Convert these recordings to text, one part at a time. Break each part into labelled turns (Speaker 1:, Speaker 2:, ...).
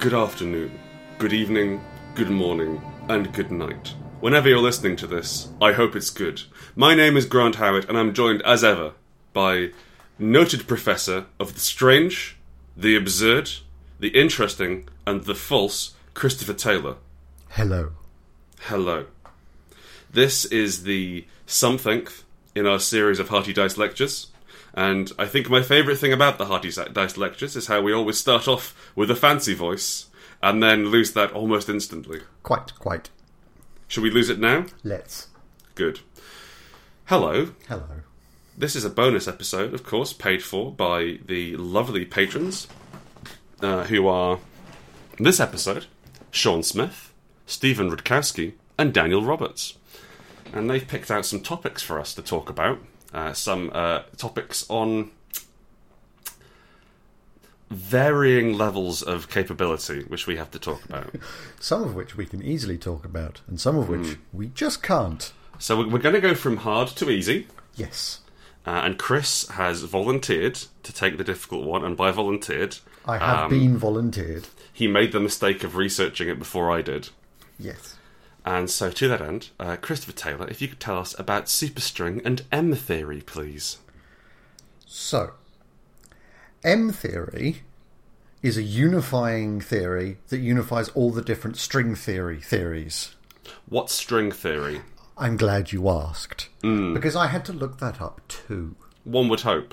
Speaker 1: good afternoon, good evening, good morning, and good night. Whenever you're listening to this, I hope it's good. My name is Grant Howard, and I'm joined, as ever, by noted professor of the strange, the absurd, the interesting, and the false, Christopher Taylor.
Speaker 2: Hello.
Speaker 1: Hello. This is the something in our series of Hearty Dice lectures. And I think my favourite thing about the Hearty Dice lectures is how we always start off with a fancy voice and then lose that almost instantly.
Speaker 2: Quite, quite.
Speaker 1: Should we lose it now?
Speaker 2: Let's.
Speaker 1: Good. Hello.
Speaker 2: Hello.
Speaker 1: This is a bonus episode, of course, paid for by the lovely patrons uh, who are this episode Sean Smith, Stephen Rudkowski, and Daniel Roberts. And they've picked out some topics for us to talk about. Uh, some uh, topics on varying levels of capability, which we have to talk about.
Speaker 2: Some of which we can easily talk about, and some of which we just can't.
Speaker 1: so we're going to go from hard to easy.
Speaker 2: Yes.
Speaker 1: Uh, and Chris has volunteered to take the difficult one, and by volunteered,
Speaker 2: I have been volunteered.
Speaker 1: he made the mistake of researching it before I did.
Speaker 2: Yes.
Speaker 1: And so, to that end, uh, Christopher Taylor, if you could tell us about superstring and M theory, please.
Speaker 2: So, M theory is a unifying theory that unifies all the different string theory theories.
Speaker 1: What's string theory?
Speaker 2: I'm glad you asked. Because I had to look that up too.
Speaker 1: One would hope.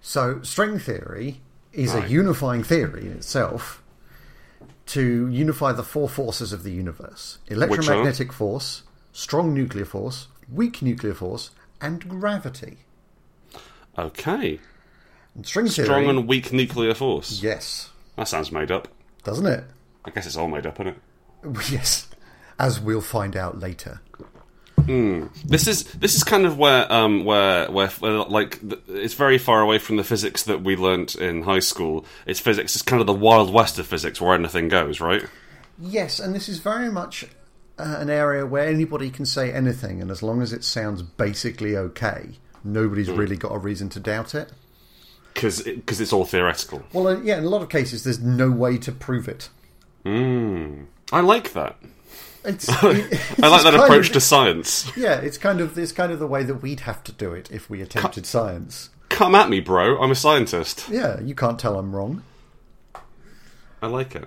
Speaker 2: So, string theory is a unifying theory in itself to unify the four forces of the universe electromagnetic force, strong nuclear force, weak nuclear force, and gravity.
Speaker 1: Okay.
Speaker 2: And string theory.
Speaker 1: Strong and weak nuclear force.
Speaker 2: yes,
Speaker 1: That sounds made up.
Speaker 2: doesn't it?
Speaker 1: I guess it's all made up, isn't it?
Speaker 2: Yes, as we'll find out later.
Speaker 1: This is this is kind of where um where where, where like th- it's very far away from the physics that we learnt in high school. It's physics. It's kind of the wild west of physics, where anything goes, right?
Speaker 2: Yes, and this is very much uh, an area where anybody can say anything, and as long as it sounds basically okay, nobody's
Speaker 1: Hmm.
Speaker 2: really got a reason to doubt it.
Speaker 1: Because because it's all theoretical.
Speaker 2: Well, uh, yeah, in a lot of cases, there's no way to prove it.
Speaker 1: I like that.
Speaker 2: It's,
Speaker 1: I like that approach
Speaker 2: kind
Speaker 1: to
Speaker 2: of,
Speaker 1: science.
Speaker 2: Yeah, it's kind of it's kind of the way that we'd have to do it if we attempted science.
Speaker 1: Come at me, bro. I'm a scientist.
Speaker 2: Yeah, you can't tell I'm wrong.
Speaker 1: I like it.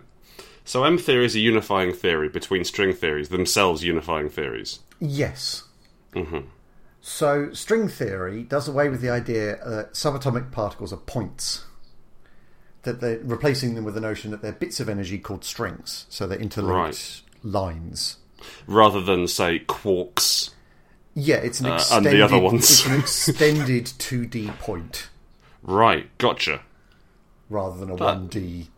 Speaker 1: So M theory is a unifying theory between string theories themselves, unifying theories.
Speaker 2: Yes.
Speaker 1: Mm-hmm.
Speaker 2: So string theory does away with the idea that subatomic particles are points. That they're replacing them with the notion that they're bits of energy called strings, so they're
Speaker 1: Right.
Speaker 2: interlinked lines.
Speaker 1: Rather than say quarks.
Speaker 2: Yeah, it's an
Speaker 1: Uh, and
Speaker 2: extended,
Speaker 1: the other ones.
Speaker 2: it's an extended two D point
Speaker 1: Right. Gotcha.
Speaker 2: rather than a one D.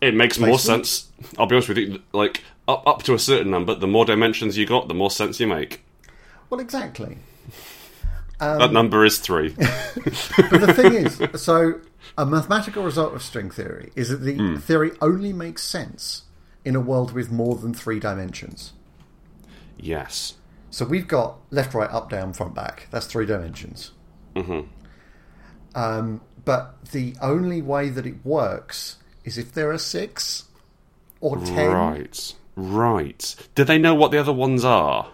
Speaker 1: It makes more
Speaker 2: Placement?
Speaker 1: sense. I'll be honest with you. Like up up to a certain number, the more dimensions you got, the more sense you make.
Speaker 2: Well, exactly. Um.
Speaker 1: that number is three.
Speaker 2: But the thing is, so a mathematical result of string theory is that the theory only makes sense in a world with more than three dimensions.
Speaker 1: yes.
Speaker 2: So we've got left, right, up, down, front, back. That's three dimensions. Mm-hmm. Um, but the only way that it works is if there are six or ten.
Speaker 1: Right. Right. Do they know what the other ones are?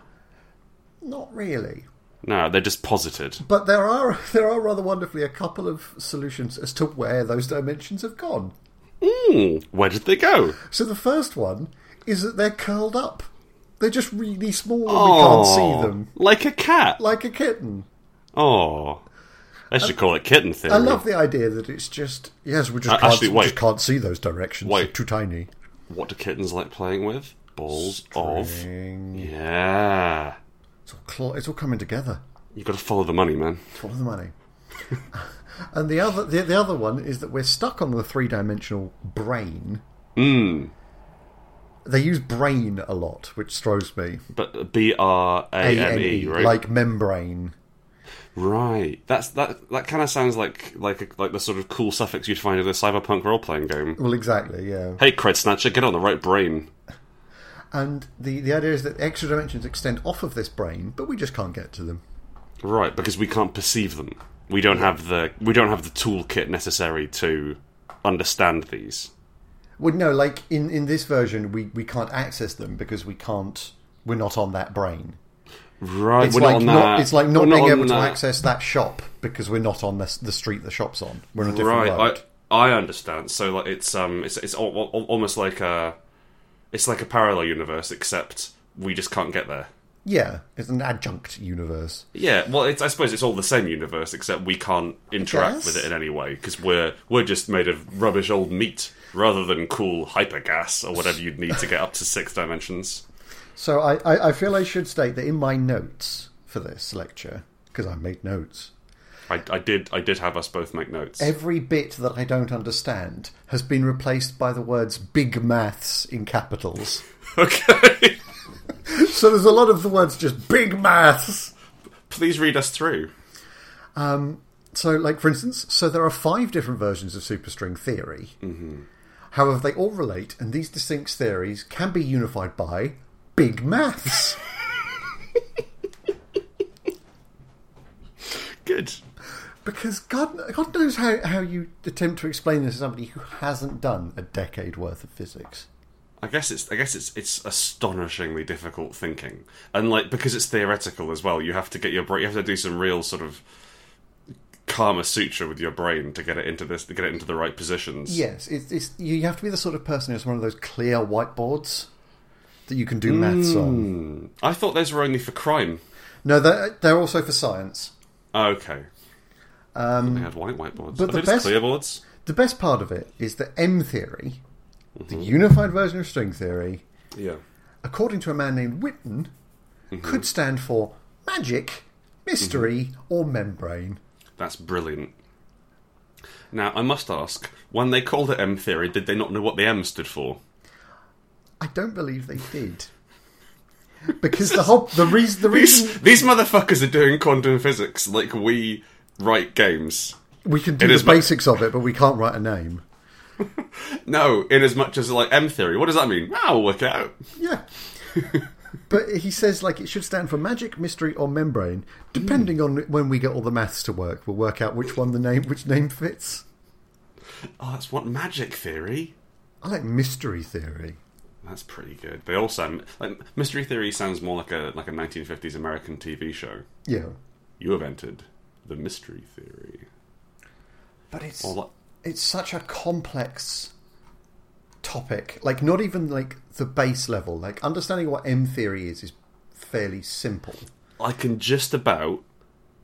Speaker 2: Not really.
Speaker 1: No, they're just posited.
Speaker 2: But there are there are rather wonderfully a couple of solutions as to where those dimensions have gone.
Speaker 1: Hmm. Where did they go?
Speaker 2: So the first one is that they're curled up. They're just really small and we
Speaker 1: Aw,
Speaker 2: can't see them.
Speaker 1: Like a cat.
Speaker 2: Like a kitten.
Speaker 1: Oh. I should call it kitten theory.
Speaker 2: I love the idea that it's just yes, we just,
Speaker 1: Uh,
Speaker 2: can't,
Speaker 1: actually,
Speaker 2: we just
Speaker 1: wait.
Speaker 2: can't see those directions. They're
Speaker 1: Wait.
Speaker 2: too tiny.
Speaker 1: What do kittens like playing with? Balls of.
Speaker 2: Ding.
Speaker 1: Yeah.
Speaker 2: It's all, cl- it's all coming together.
Speaker 1: You've got to follow the money, man.
Speaker 2: Follow the money. and the other the, the other one is that we're stuck on the three dimensional brain.
Speaker 1: Hmm.
Speaker 2: They use brain a lot, which throws me.
Speaker 1: But uh, B R A N E, right?
Speaker 2: like membrane.
Speaker 1: Right. That's that. That kind of sounds like like like the sort of cool suffix you'd find in a cyberpunk role playing game.
Speaker 2: Well, exactly, yeah.
Speaker 1: Hey, cred snatcher, get on the right brain.
Speaker 2: And the, the idea is that extra dimensions extend off of this brain, but we just can't get to them.
Speaker 1: Right, because we can't perceive them. We don't have the we don't have the toolkit necessary to understand these.
Speaker 2: Well, no, like in, in this version, we, we can't access them because we can't. We're not on that brain.
Speaker 1: Right,
Speaker 2: It's
Speaker 1: we're
Speaker 2: like
Speaker 1: not on that.
Speaker 2: it's like
Speaker 1: We're
Speaker 2: not being
Speaker 1: on
Speaker 2: able to
Speaker 1: that.
Speaker 2: access that shop because we're not on the s- the street the shop's on. We're on a different
Speaker 1: Right,
Speaker 2: road.
Speaker 1: I I understand. So like it's um it's it's al- al- almost like a it's like a parallel universe except we just can't get there.
Speaker 2: Yeah, it's an adjunct universe.
Speaker 1: Yeah, well, it's, I suppose it's all the same universe, except we can't interact
Speaker 2: guess.
Speaker 1: with it in any way because we're we're just made of rubbish old meat rather than cool hypergas or whatever you'd need to get up to six dimensions.
Speaker 2: So I, I, I feel I should state that in my notes for this lecture, because I made notes,
Speaker 1: I, I did I did have us both make notes.
Speaker 2: every bit that I don't understand has been replaced by the words big maths in capitals.
Speaker 1: Okay,
Speaker 2: so there's a lot of the words just big maths.
Speaker 1: please read us through.
Speaker 2: So, like, for instance, so there are five different versions of superstring theory. However, they all relate, and these distinct theories can be unified by big maths.
Speaker 1: Good.
Speaker 2: Because God, God knows how, how you attempt to explain this to somebody who hasn't done a decade worth of physics.
Speaker 1: I guess it's I guess it's it's astonishingly difficult thinking, and like because it's theoretical as well, you have to get your brain. You have to do some real sort of karma sutra with your brain to get it into this to get it into the right positions.
Speaker 2: Yes, it's, it's you have to be the sort of person who's one of those clear whiteboards that you can do maths on.
Speaker 1: I thought those were only for crime.
Speaker 2: No, they're, they're also for science.
Speaker 1: Oh, okay. Um, they had white whiteboards.
Speaker 2: but
Speaker 1: But
Speaker 2: the
Speaker 1: they just
Speaker 2: best-
Speaker 1: clear boards?
Speaker 2: The best part of it is that M theory,
Speaker 1: Mm-hmm.
Speaker 2: the unified version of string theory,
Speaker 1: Yeah.
Speaker 2: according to a man named Witten,
Speaker 1: Mm-hmm.
Speaker 2: could stand for magic, mystery,
Speaker 1: Mm-hmm.
Speaker 2: or membrane.
Speaker 1: That's brilliant. Now, I must ask, when they called it M theory, did they not know what the M stood for?
Speaker 2: I don't believe they did. Because the whole the reason the reason
Speaker 1: These, these motherfuckers are doing quantum physics like we write games.
Speaker 2: we can do
Speaker 1: It
Speaker 2: the
Speaker 1: is my-
Speaker 2: basics of it, but we can't write a name.
Speaker 1: No, in as much as like M theory. What does that mean? I'll work it out.
Speaker 2: Yeah. but he says like it should stand for magic, mystery, or membrane. Depending
Speaker 1: Mm.
Speaker 2: on when we get all the maths to work, we'll work out which one the name which name fits.
Speaker 1: Oh, that's what magic theory.
Speaker 2: I like mystery theory.
Speaker 1: That's pretty good. They all sound like mystery theory sounds more like a like a 1950s American TV show.
Speaker 2: Yeah.
Speaker 1: You have entered the mystery theory.
Speaker 2: But it's
Speaker 1: Or like,
Speaker 2: it's such a complex topic. Like not even like the base level. Like understanding what M theory is is fairly simple.
Speaker 1: I can just about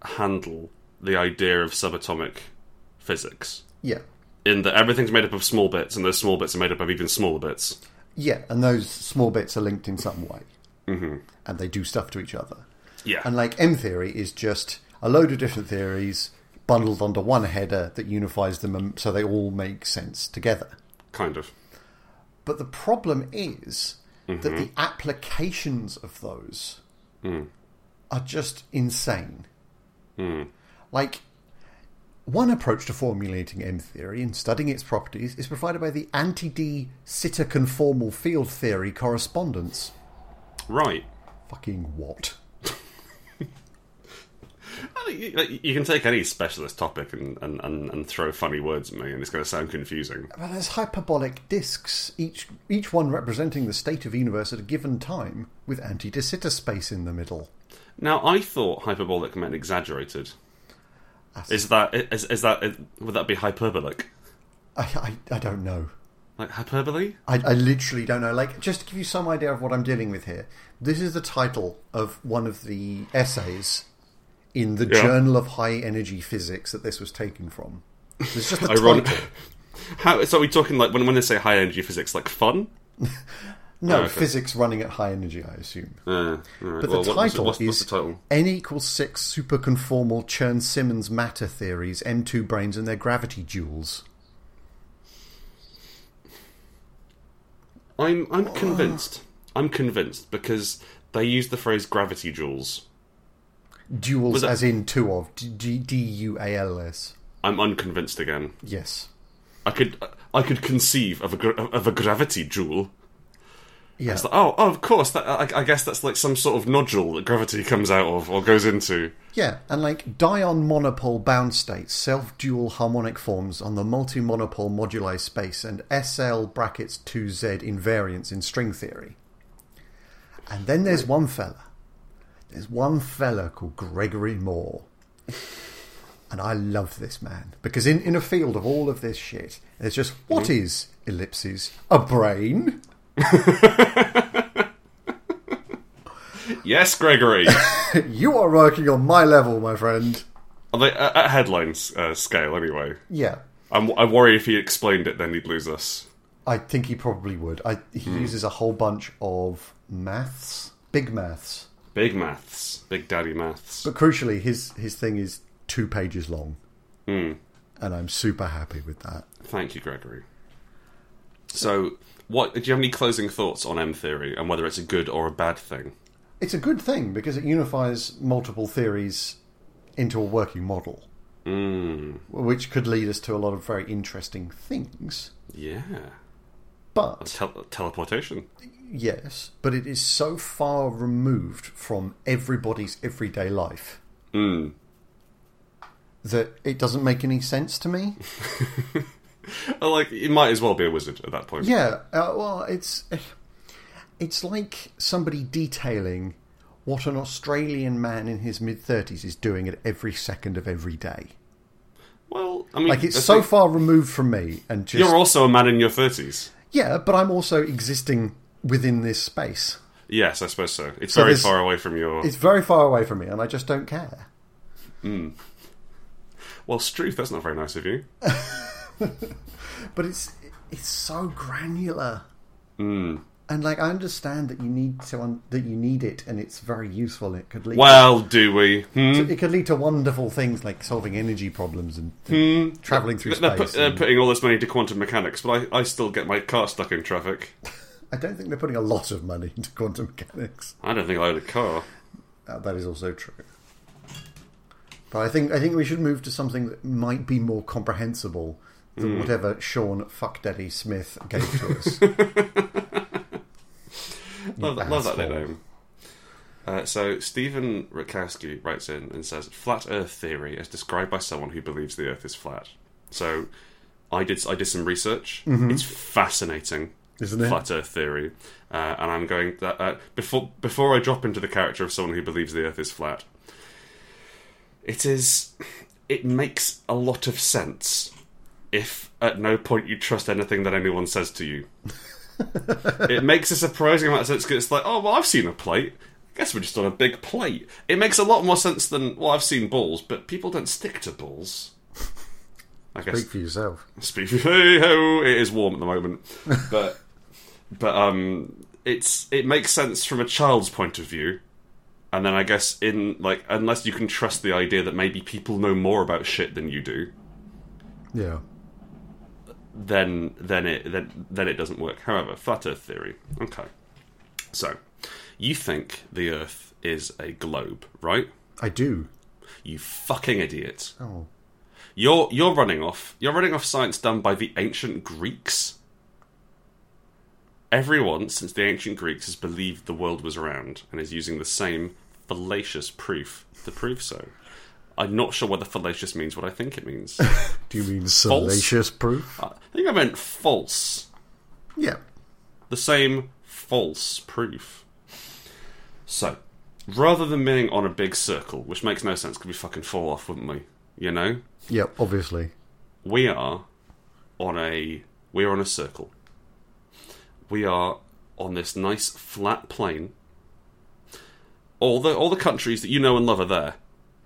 Speaker 1: handle the idea of subatomic physics
Speaker 2: Yeah.
Speaker 1: in that everything's made up of small bits, and those small bits are made up of even smaller bits.
Speaker 2: Yeah, and those small bits are linked in some way. Mm-hmm. And they do stuff to each other.
Speaker 1: Yeah,
Speaker 2: And like M theory is just a load of different theories bundled under one header that unifies them and- so they all make sense together.
Speaker 1: kind of.
Speaker 2: But the problem is that the applications of those are just insane. Like, one approach to formulating M theory and studying its properties is provided by the anti D sitter conformal field theory correspondence.
Speaker 1: Right.
Speaker 2: Fucking what?
Speaker 1: I think You like, you can take any specialist topic and, and, and, and throw funny words at me, and it's going to sound confusing.
Speaker 2: Well, there's hyperbolic discs, each each one representing the state of the universe at a given time, with anti-de Sitter space in the middle.
Speaker 1: Now, I thought hyperbolic meant exaggerated.
Speaker 2: That's-
Speaker 1: Is that is, is that would that be hyperbolic?
Speaker 2: I, I, I don't know.
Speaker 1: Like hyperbole?
Speaker 2: I, I literally don't know. Like, just to give you some idea of what I'm dealing with here, this is the title of one of the essays in the
Speaker 1: Yeah.
Speaker 2: Journal of High Energy Physics that this was taken from. It's just the
Speaker 1: Ironic.
Speaker 2: title.
Speaker 1: How so? Are we talking like when when they say high energy physics, like fun?
Speaker 2: No,
Speaker 1: okay.
Speaker 2: physics running at high energy, I assume.
Speaker 1: Uh, right.
Speaker 2: But
Speaker 1: Well,
Speaker 2: the
Speaker 1: what- what's-
Speaker 2: title
Speaker 1: what's,
Speaker 2: is
Speaker 1: what's the title?
Speaker 2: N equals six superconformal Chern Simmons matter theories, M2 brains and their gravity duels.
Speaker 1: I'm I'm convinced. I'm convinced because they use the phrase gravity joules.
Speaker 2: Duels
Speaker 1: that-
Speaker 2: as in two of D- D- D U A L S.
Speaker 1: I'm unconvinced again.
Speaker 2: Yes.
Speaker 1: I could I could conceive of a gra- of a gravity jewel.
Speaker 2: Yeah.
Speaker 1: It's like, oh, oh, of course. That, I, I guess that's like some sort of nodule that gravity comes out of or goes into.
Speaker 2: Yeah, and like dion monopole bound states, self dual harmonic forms on the multi monopole moduli space, and SL brackets 2Z invariance in string theory. And then there's one fella. There's one fella called Gregory Moore. And I love this man because in, in a field of all of this shit, there's just what is ellipses? A brain?
Speaker 1: Yes, Gregory.
Speaker 2: you are working on my level, my friend.
Speaker 1: Are they at at headlines uh, scale anyway?
Speaker 2: Yeah,
Speaker 1: I'm, I worry if he explained it, then he'd lose us.
Speaker 2: I think he probably would. I, he uses a whole bunch of maths, big maths,
Speaker 1: Big maths, big daddy maths.
Speaker 2: but crucially, his his thing is two pages long, and I'm super happy with that.
Speaker 1: Thank you, Gregory. So, what do you have any closing thoughts on M theory and whether it's a good or a bad thing?
Speaker 2: It's a good thing because it unifies multiple theories into a working model, which could lead us to a lot of very interesting things.
Speaker 1: Yeah,
Speaker 2: But
Speaker 1: Tel- teleportation.
Speaker 2: Yes, but it is so far removed from everybody's everyday life
Speaker 1: Hmm.
Speaker 2: that it doesn't make any sense to me.
Speaker 1: Oh, Like, you might as well be a wizard at that point.
Speaker 2: yeah, uh, well, it's it's like somebody detailing what an Australian man in his mid thirties is doing at every second of every day.
Speaker 1: Well, I mean,
Speaker 2: Like it's
Speaker 1: that's
Speaker 2: so
Speaker 1: like-
Speaker 2: far removed from me, and just
Speaker 1: You're also a man in your thirties.
Speaker 2: yeah, but I'm also existing within this space.
Speaker 1: Yes, I suppose so. It's
Speaker 2: So
Speaker 1: very
Speaker 2: there's-
Speaker 1: far away from your.
Speaker 2: It's very far away from me, and I just don't care.
Speaker 1: Well, Struth, that's not very nice of you.
Speaker 2: but it's it's so granular.
Speaker 1: Hmm.
Speaker 2: And like I understand that you need to un- that you need it, and it's very useful. It could lead
Speaker 1: Well, do we? Hmm?
Speaker 2: to, it could lead to wonderful things like solving energy problems and traveling through
Speaker 1: Hmm. They're,
Speaker 2: space.
Speaker 1: put, they're
Speaker 2: and-
Speaker 1: putting all this money into quantum mechanics, but I, I still get my car stuck in traffic.
Speaker 2: I don't think they're putting a lot of money into quantum mechanics.
Speaker 1: I don't think I own a car.
Speaker 2: Uh, that is also true. But I think I think we should move to something that might be more comprehensible
Speaker 1: Hmm.
Speaker 2: than whatever Sean Fuck Daddy Smith gave to us.
Speaker 1: Love, that- love that
Speaker 2: asshole.
Speaker 1: nickname. Uh, so Stephen Rutkowski writes in and says, "Flat Earth theory as described by someone who believes the Earth is flat." So, I did I did some research. It's fascinating,
Speaker 2: Mm-hmm. Isn't it?
Speaker 1: Flat Earth theory, uh, and I'm going that uh, before before I drop into the character of someone who believes the Earth is flat. It is. It makes a lot of sense if at no point you trust anything that anyone says to you it makes a surprising amount of sense because it's like, oh, well, I've seen a plate. I guess we're just on a big plate. It makes a lot more sense than, well, I've seen balls, but people don't stick to balls. I guess
Speaker 2: Speak for yourself.
Speaker 1: speak hey ho it is warm at the moment but but um it's it makes sense from a child's point of view and then i guess in like unless you can trust the idea that maybe people know more about shit than you do
Speaker 2: Yeah.
Speaker 1: then then it then, then it doesn't work. However, flat Earth theory. Okay, so you think the Earth is a globe, right?
Speaker 2: I do.
Speaker 1: You fucking idiot!
Speaker 2: Oh.
Speaker 1: You're you're running off. You're running off science done by the ancient Greeks. Everyone since the ancient Greeks has believed the world was round and is using the same fallacious proof to prove so. I'm not sure whether fallacious means what I think it means. I
Speaker 2: Do you mean salacious proof?
Speaker 1: think I meant false.
Speaker 2: Yeah.
Speaker 1: the same false proof. So, rather than being on a big circle, which makes no sense because we fucking fall off, wouldn't we? You know,
Speaker 2: Yeah, obviously.
Speaker 1: we are on a we are on a circle. We are on this nice flat plane. All the all the countries that you know and love are there.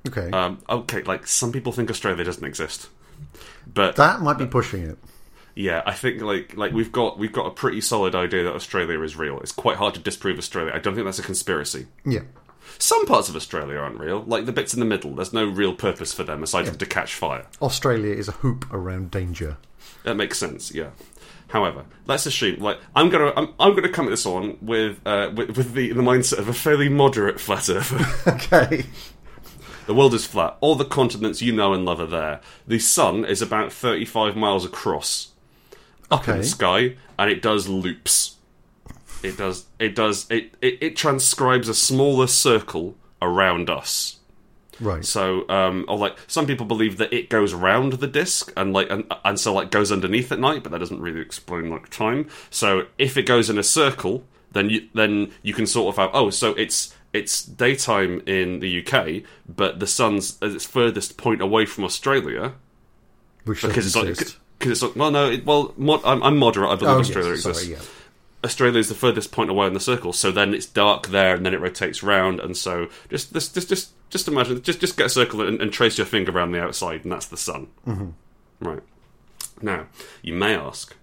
Speaker 2: Okay.
Speaker 1: Um, okay, like some people think Australia doesn't exist, but
Speaker 2: that might be pushing it.
Speaker 1: yeah, I think like like we've got we've got a pretty solid idea that Australia is real. It's quite hard to disprove Australia. I don't think that's a conspiracy.
Speaker 2: Yeah.
Speaker 1: Some parts of Australia aren't real, like the bits in the middle. There's no real purpose for them aside from to catch fire.
Speaker 2: Australia is a hoop around danger.
Speaker 1: That makes sense, yeah. However, let's assume like I'm gonna I'm, I'm gonna come at this one with uh, with, with the the mindset of a fairly moderate flat earther.
Speaker 2: Okay.
Speaker 1: The world is flat. All the continents you know and love are there. The sun is about 35 miles across up in
Speaker 2: Okay.
Speaker 1: the sky, and it does loops. It does. It does. It, it, it transcribes a smaller circle around us.
Speaker 2: Right.
Speaker 1: So, um, or like some people believe that it goes round the disc and like and, and so like goes underneath at night, but that doesn't really explain like time. So if it goes in a circle, then you then you can sort of have oh, so it's it's daytime in the UK, but the sun's at its furthest point away from Australia
Speaker 2: Which doesn't
Speaker 1: because it's like
Speaker 2: exist.
Speaker 1: because it's like well no it, well mod, I'm, I'm moderate I believe
Speaker 2: Oh, yes,
Speaker 1: Australia
Speaker 2: sorry,
Speaker 1: exists.
Speaker 2: yeah.
Speaker 1: Australia is the furthest point away in the circle, so then it's dark there, and then it rotates round, and so just just just just, just imagine just just get a circle and, and trace your finger around the outside, and that's the sun. Mm-hmm. Right now, you may ask,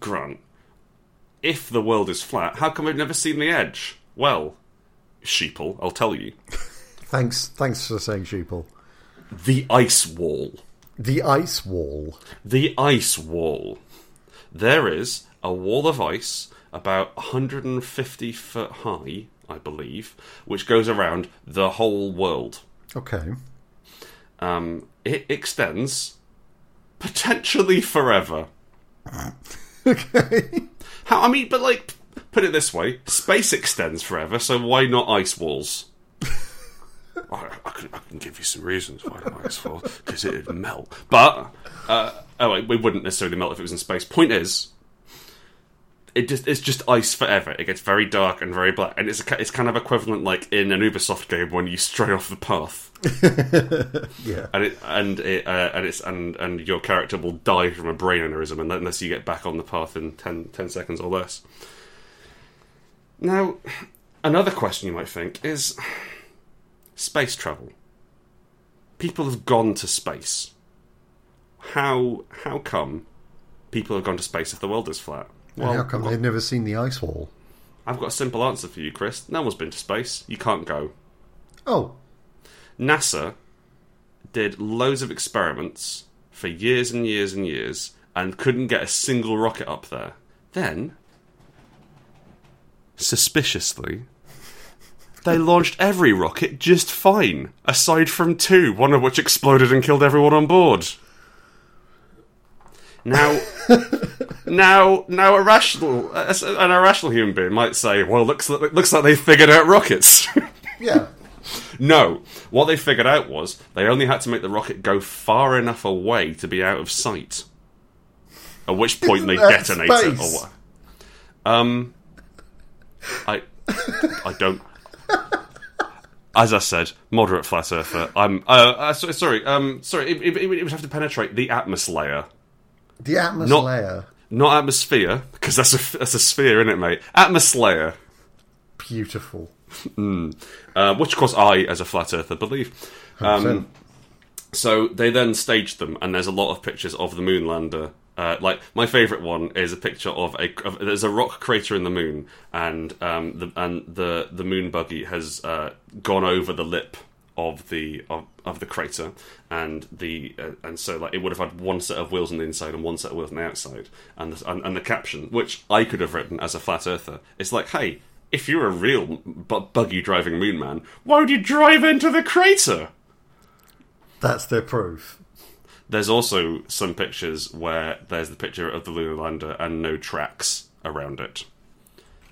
Speaker 1: Grant, if the world is flat, how come I've never seen the edge? Well, sheeple, I'll tell you,
Speaker 2: Thanks, thanks for saying sheeple.
Speaker 1: the ice wall.
Speaker 2: The ice wall.
Speaker 1: The ice wall. There is a wall of ice about 150 foot high, I believe, which goes around the whole world.
Speaker 2: Okay.
Speaker 1: Um, it extends potentially forever.
Speaker 2: Okay.
Speaker 1: How? I mean, but like, put it this way: space extends forever, so why not ice walls? I, I, can, I can give you some reasons why not ice walls because it'd melt. But uh, oh, it, it wouldn't necessarily melt if it was in space. Point is, it just it's just ice forever. It gets very dark and very black, and it's a, it's kind of equivalent like in an Ubisoft game when you stray off the path
Speaker 2: Yeah.
Speaker 1: and it and it uh, and it's and and your character will die from a brain aneurysm unle- unless you get back on the path in 10, 10 seconds or less. Now, another question you might think is space travel. People have gone to space. How how come people have gone to space if the world is flat?
Speaker 2: And How come they've never seen the ice wall?
Speaker 1: I've got a simple answer for you, Chris. No one's been to space. You can't go.
Speaker 2: Oh,
Speaker 1: NASA did loads of experiments for years and years and years and couldn't get a single rocket up there. Then, suspiciously, they launched every rocket just fine, aside from two, one of which exploded and killed everyone on board. Now, now, now, a rational, an irrational human being might say, "Well, looks like, looks like they figured out rockets."
Speaker 2: yeah.
Speaker 1: No, what they figured out was they only had to make the rocket go far enough away to be out of sight. At which point
Speaker 2: Isn't
Speaker 1: they
Speaker 2: that
Speaker 1: detonate it or
Speaker 2: space?
Speaker 1: what? Um, I, I don't. As I said, moderate flat earther. I'm uh, uh, so- sorry. Um, sorry. It, it, it would have to penetrate the atmosphere layer,
Speaker 2: The atmosphere
Speaker 1: Not-
Speaker 2: layer.
Speaker 1: not atmosphere, because that's a that's a sphere, isn't it, mate? Atmosphere. layer.
Speaker 2: Beautiful.
Speaker 1: uh, which of course I, as a flat earther, believe. Um,
Speaker 2: 100%.
Speaker 1: so they then staged them, and there's a lot of pictures of the moon lander. Uh, like my favorite one is a picture of a of, there's a rock crater in the moon, and um, the and the the moon buggy has uh, gone over the lip of the of, of the crater, and the uh, and so like it would have had one set of wheels on the inside and one set of wheels on the outside, and the, and, and the caption which I could have written as a flat earther, it's like hey if you're a real bu- buggy driving moon man, why would you drive into the crater?
Speaker 2: That's their proof.
Speaker 1: There's also some pictures where there's the picture of the lunar lander and no tracks around it.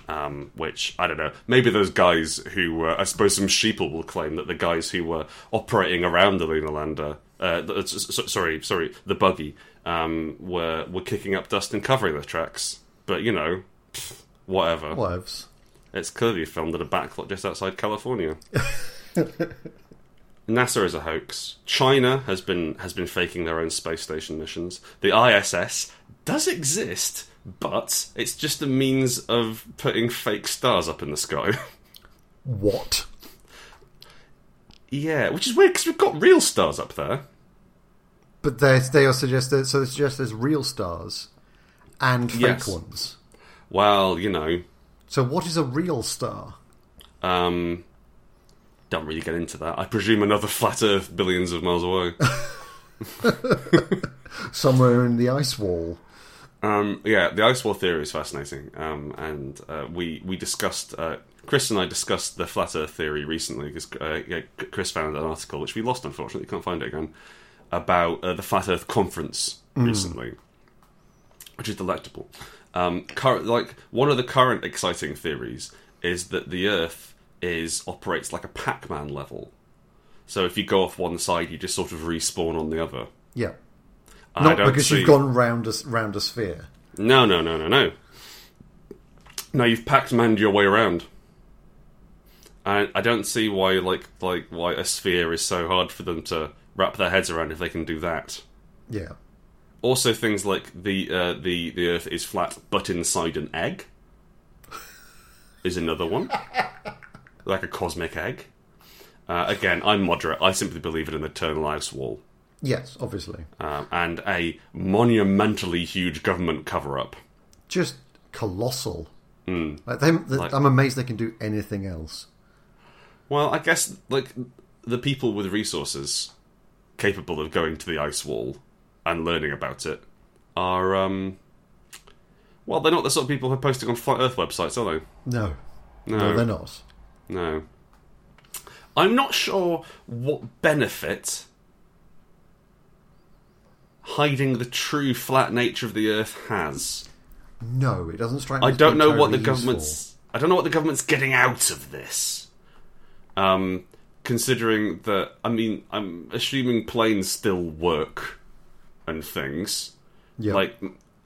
Speaker 1: Um, which I don't know. Maybe those guys who were, I suppose, some sheeple will claim that the guys who were operating around the lunar lander, uh, the- s- s- sorry, sorry, the buggy, um, were were kicking up dust and covering the tracks. But you know, pfft, whatever.
Speaker 2: Wives.
Speaker 1: It's clearly filmed at a backlot just outside California. NASA is a hoax. China has been has been faking their own space station missions. The ISS does exist, but it's just a means of putting fake stars up in the sky.
Speaker 2: What?
Speaker 1: yeah, which is weird because we've got real stars up there.
Speaker 2: But they they are suggested so they suggest there's real stars and fake
Speaker 1: Yes.
Speaker 2: ones.
Speaker 1: Well, you know,
Speaker 2: So what is a real star?
Speaker 1: um, don't really get into that. I presume another flat Earth billions of miles away.
Speaker 2: Somewhere in the ice wall.
Speaker 1: Um, yeah, the ice wall theory is fascinating, um, and uh, we we discussed uh, Chris and I discussed the flat Earth theory recently because uh, yeah, C- Chris found an article which we lost unfortunately can't find it again about uh, the flat Earth conference recently, which is delectable. Um, cur- like one of the current exciting theories is that the Earth is operates like a Pac-Man level. So if you go off one side, you just sort of respawn on the other.
Speaker 2: Yeah.
Speaker 1: And I
Speaker 2: Not
Speaker 1: don't
Speaker 2: because
Speaker 1: see-
Speaker 2: you've gone round a, round a sphere.
Speaker 1: No, no, no, no, no. No, you've Pac-Maned your way around. And I don't see why, like, like why a sphere is so hard for them to wrap their heads around if they can do that.
Speaker 2: Yeah.
Speaker 1: Also, things like the uh, the the Earth is flat, but inside an egg is another one, like a cosmic egg. Uh, again, I'm moderate. I simply believe in an eternal ice wall
Speaker 2: Yes, obviously.
Speaker 1: um, and a monumentally huge government cover up.
Speaker 2: Just colossal.
Speaker 1: Hmm.
Speaker 2: Like they, they- I'm amazed they can do anything else.
Speaker 1: Well, I guess like the people with resources capable of going to the ice wall and learning about it are um well, they're not the sort of people who are posting on flat earth websites, are they?
Speaker 2: No. No, they're not.
Speaker 1: No. I'm not sure what benefit hiding the true flat nature of the earth has.
Speaker 2: No, it doesn't strike me
Speaker 1: I
Speaker 2: as
Speaker 1: don't
Speaker 2: being
Speaker 1: know what the
Speaker 2: terribly useful.
Speaker 1: government's. I don't know what the government's getting out of this. Um, considering that, I mean, I'm assuming planes still work and things.
Speaker 2: Yeah.
Speaker 1: Like,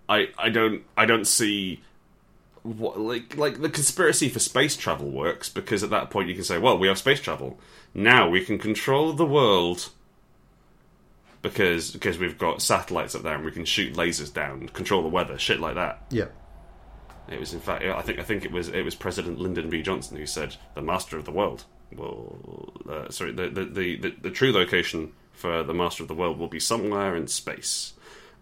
Speaker 1: I, I don't, I don't see. What, like, like the conspiracy for space travel works because at that point you can say, "Well, we have space travel. Now we can control the world." Because because we've got satellites up there and we can shoot lasers down, control the weather, shit like that.
Speaker 2: Yeah.
Speaker 1: It was, in fact, I think I think it was it was President Lyndon B. Johnson who said the master of the world. Well, uh, sorry, the the, the the the true location for the master of the world will be somewhere in space.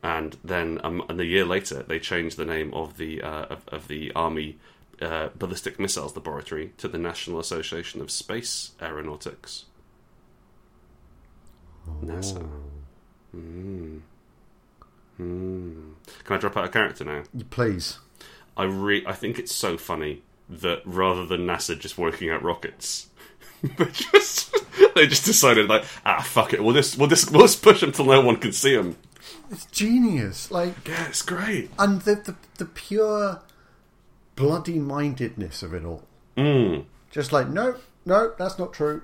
Speaker 1: And then, um, and a year later, they changed the name of the uh, of, of the army uh, ballistic missiles laboratory to the National Association of Space Aeronautics. NASA. Mm. Mm. Can I drop out a character now?
Speaker 2: Please.
Speaker 1: I re- I think it's so funny that rather than NASA just working out rockets, they just they just decided like ah fuck it we'll just we'll just we'll just push them till no one can see them.
Speaker 2: It's genius. Like,
Speaker 1: Yeah, it's great.
Speaker 2: and the, the, the pure bloody mindedness of it all. Just like, no, no, that's not true.